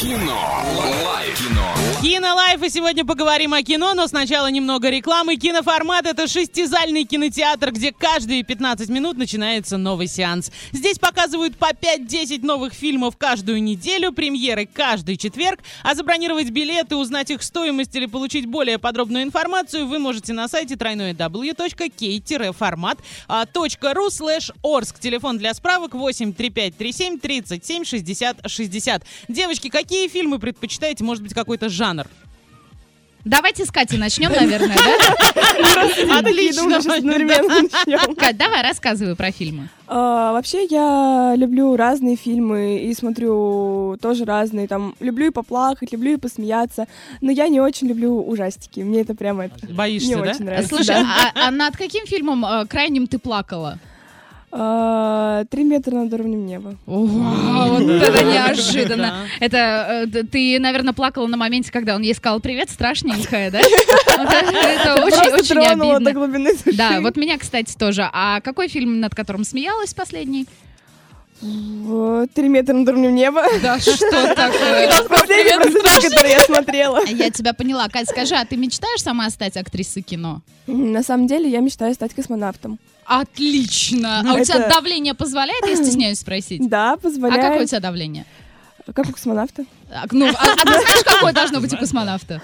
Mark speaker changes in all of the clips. Speaker 1: Кино. Лайф. Кино.
Speaker 2: Кинолайф, и сегодня поговорим о кино, но сначала немного рекламы. Киноформат — это шестизальный кинотеатр, где каждые 15 минут начинается новый сеанс. Здесь показывают по 5-10 новых фильмов каждую неделю, премьеры каждый четверг. А забронировать билеты, узнать их стоимость или получить более подробную информацию вы можете на сайте тройное w.k-формат.ру а, слэш орск. Телефон для справок 8 3537 37 60 60. Девочки, какие фильмы предпочитаете? Может быть, какой-то жанр?
Speaker 3: Давайте с Катей начнем, наверное, да?
Speaker 2: ну,
Speaker 4: Ну,
Speaker 2: Отлично.
Speaker 5: Сейчас одновременно начнем.
Speaker 3: Кать, давай рассказывай про фильмы.
Speaker 5: А, Вообще я люблю разные фильмы и смотрю тоже разные. Там люблю и поплакать, люблю и посмеяться, но я не очень люблю ужастики. Мне это прямо это не
Speaker 2: Боишься, да?
Speaker 5: очень нравится.
Speaker 3: Слушай,
Speaker 5: да.
Speaker 3: а, а над каким фильмом э, крайним ты плакала?
Speaker 5: А, Три метра над уровнем неба.
Speaker 3: Вау, вот это неожиданно.
Speaker 2: Да.
Speaker 3: Это э, д- ты, наверное, плакала на моменте, когда он ей сказал «Привет, страшненькая», да? Вот Это это очень,
Speaker 5: Просто
Speaker 3: очень
Speaker 5: тронула до
Speaker 3: обидно.
Speaker 5: глубины души.
Speaker 3: Да, вот меня, кстати, тоже. А какой фильм, над которым смеялась последний?
Speaker 5: В- Три метра над уровнем неба.
Speaker 3: Да что такое?
Speaker 5: Это последний просто фильм, который я смотрела.
Speaker 3: Я тебя поняла. Кать, скажи, а ты мечтаешь сама стать актрисой кино?
Speaker 5: М, На самом деле я мечтаю стать космонавтом.
Speaker 3: Отлично. А у
Speaker 5: Это-
Speaker 3: тебя давление позволяет, я стесняюсь спросить?
Speaker 5: Да,
Speaker 3: А какое у
Speaker 5: позволяет.
Speaker 3: тебя давление?
Speaker 5: Как у космонавта?
Speaker 3: А, Ну, а, а ты знаешь, какое должно быть у космонавта?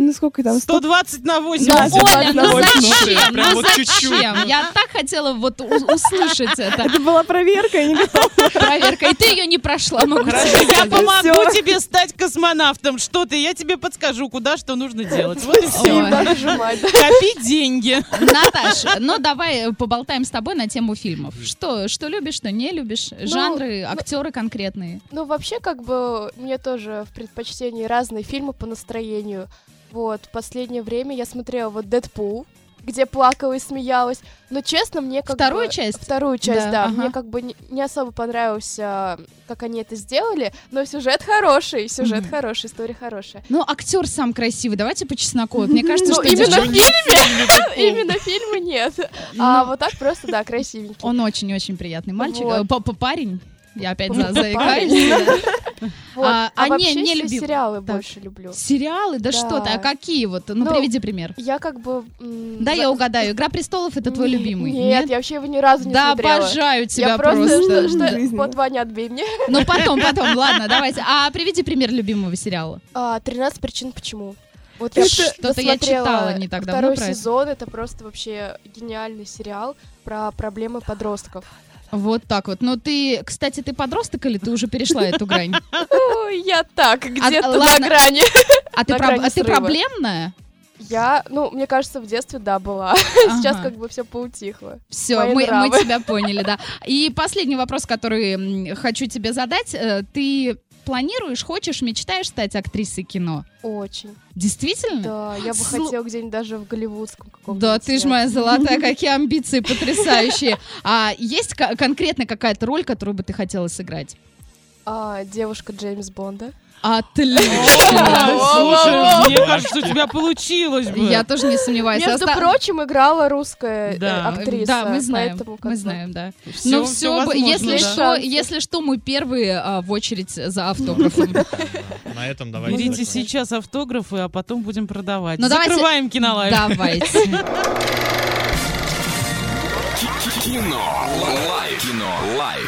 Speaker 5: Ну сколько там?
Speaker 2: 120
Speaker 5: Да,
Speaker 2: на 80.
Speaker 5: сто
Speaker 3: Оля,
Speaker 5: двадцать на
Speaker 3: ну
Speaker 5: восемь.
Speaker 3: зачем?
Speaker 2: Прям
Speaker 3: Ну
Speaker 2: вот чуть-чуть.
Speaker 3: зачем? Я так хотела вот у- услышать это.
Speaker 5: Это была проверка, я не готова.
Speaker 3: Проверка. И ты ее не прошла, ну могу тебе
Speaker 2: Я
Speaker 3: сказать.
Speaker 2: помогу
Speaker 5: Всё.
Speaker 2: тебе стать космонавтом. Что ты? Я тебе подскажу, куда что нужно делать. Вот и все.
Speaker 3: Спасибо.
Speaker 2: Копи деньги.
Speaker 3: Наташ, ну давай э, поболтаем с тобой на тему фильмов. Что, что любишь, что не любишь? Жанры, актеры конкретные.
Speaker 4: Ну, вообще, как бы, мне тоже в предпочтении разные фильмы по настроению. Вот, в последнее время я смотрела вот «Дэдпул», где плакала и смеялась. Но, честно, мне как
Speaker 3: Вторую
Speaker 4: бы-
Speaker 3: часть?
Speaker 4: Вторую часть,
Speaker 3: Да,
Speaker 4: да.
Speaker 3: ага.
Speaker 4: Мне как бы не, не особо понравился, как они это сделали, но сюжет хороший, сюжет
Speaker 3: Мгм.
Speaker 4: хороший, история хорошая.
Speaker 3: Ну, актер сам красивый. Давайте по чесноку. Вот Мне кажется,
Speaker 4: Ну,
Speaker 3: что
Speaker 4: именно
Speaker 3: девчонки-
Speaker 4: в фильме! Именно в фильме нет. А
Speaker 3: Ну.
Speaker 4: вот так просто, да, красивенький.
Speaker 3: Он очень-очень приятный мальчик. Э,
Speaker 4: Вот.
Speaker 3: па- па- Парень. Я опять за-
Speaker 4: Парень.
Speaker 3: заикаюсь. да.
Speaker 4: Вот.
Speaker 3: А- а
Speaker 4: А,
Speaker 3: не-
Speaker 4: вообще
Speaker 3: не
Speaker 4: все
Speaker 3: любил.
Speaker 4: сериалы
Speaker 3: Так.
Speaker 4: больше люблю.
Speaker 3: Сериалы, да
Speaker 4: Да.
Speaker 3: что ты, а какие вот? Ну,
Speaker 4: Ну,
Speaker 3: приведи пример.
Speaker 4: Я как бы... м,
Speaker 3: Да,
Speaker 4: за-
Speaker 3: я угадаю. Игра престолов это твой
Speaker 4: Не-
Speaker 3: любимый.
Speaker 4: Нет, я вообще его ни разу не
Speaker 3: Да,
Speaker 4: смотрела.
Speaker 3: обожаю тебя
Speaker 4: я просто...
Speaker 3: просто.
Speaker 4: Что, что-
Speaker 5: Жизнь.
Speaker 4: Вот, Ваня, отбей мне.
Speaker 3: Ну, потом, потом, ладно, давайте. А приведи пример любимого сериала.
Speaker 4: А, 13 причин почему. Вот я
Speaker 3: Что-то я
Speaker 4: досмотрела
Speaker 3: читала не так давно
Speaker 4: второй
Speaker 3: про это.
Speaker 4: сезон, это просто вообще гениальный сериал про проблемы подростков.
Speaker 3: Вот так вот. Ну, ты, кстати, ты подросток или ты уже перешла эту грань?
Speaker 4: Ой, я так, где-то на
Speaker 3: А, ладно.
Speaker 4: грани.
Speaker 3: А ты
Speaker 4: На
Speaker 3: проб-
Speaker 4: грани
Speaker 3: а ты
Speaker 4: срыва.
Speaker 3: проблемная?
Speaker 4: Я, ну, мне кажется, в детстве, да, была. Сейчас
Speaker 3: Ага.
Speaker 4: как бы все поутихло.
Speaker 3: Все,
Speaker 4: Мои
Speaker 3: мы, мы
Speaker 4: нравы.
Speaker 3: тебя поняли, да. И последний вопрос, который м, хочу тебе задать. Э, Ты планируешь, хочешь, мечтаешь стать актрисой кино?
Speaker 4: Очень.
Speaker 3: Действительно?
Speaker 4: Да, я бы
Speaker 3: Слу-
Speaker 4: хотела где-нибудь даже в голливудском каком-то.
Speaker 3: Да, ты ж
Speaker 4: сняться.
Speaker 3: моя золотая, какие амбиции потрясающие. А есть ко- конкретно какая-то роль, которую бы ты хотела сыграть?
Speaker 4: А, девушка Джеймс Бонда.
Speaker 3: Отлично!
Speaker 2: Слушай, мне кажется, у тебя получилось бы.
Speaker 3: Я тоже не сомневаюсь.
Speaker 4: Между
Speaker 3: Оста-
Speaker 4: прочим, играла русская э,
Speaker 2: Да.
Speaker 4: актриса.
Speaker 3: Да, мы знаем,
Speaker 4: поэтому как
Speaker 3: мы
Speaker 4: бы-
Speaker 3: знаем, да.
Speaker 2: Всё,
Speaker 3: Ну
Speaker 2: всё
Speaker 3: все,
Speaker 2: возможно,
Speaker 3: если
Speaker 2: да.
Speaker 3: что, если что, мы первые а, в очередь за автографом.
Speaker 6: На этом давайте.
Speaker 2: Берите
Speaker 6: закончим.
Speaker 2: сейчас автографы, а потом будем продавать.
Speaker 3: Ну, давайте-
Speaker 2: Закрываем кинолайф.
Speaker 3: Давайте.
Speaker 1: Кино. Лайф. Кино. Лайф.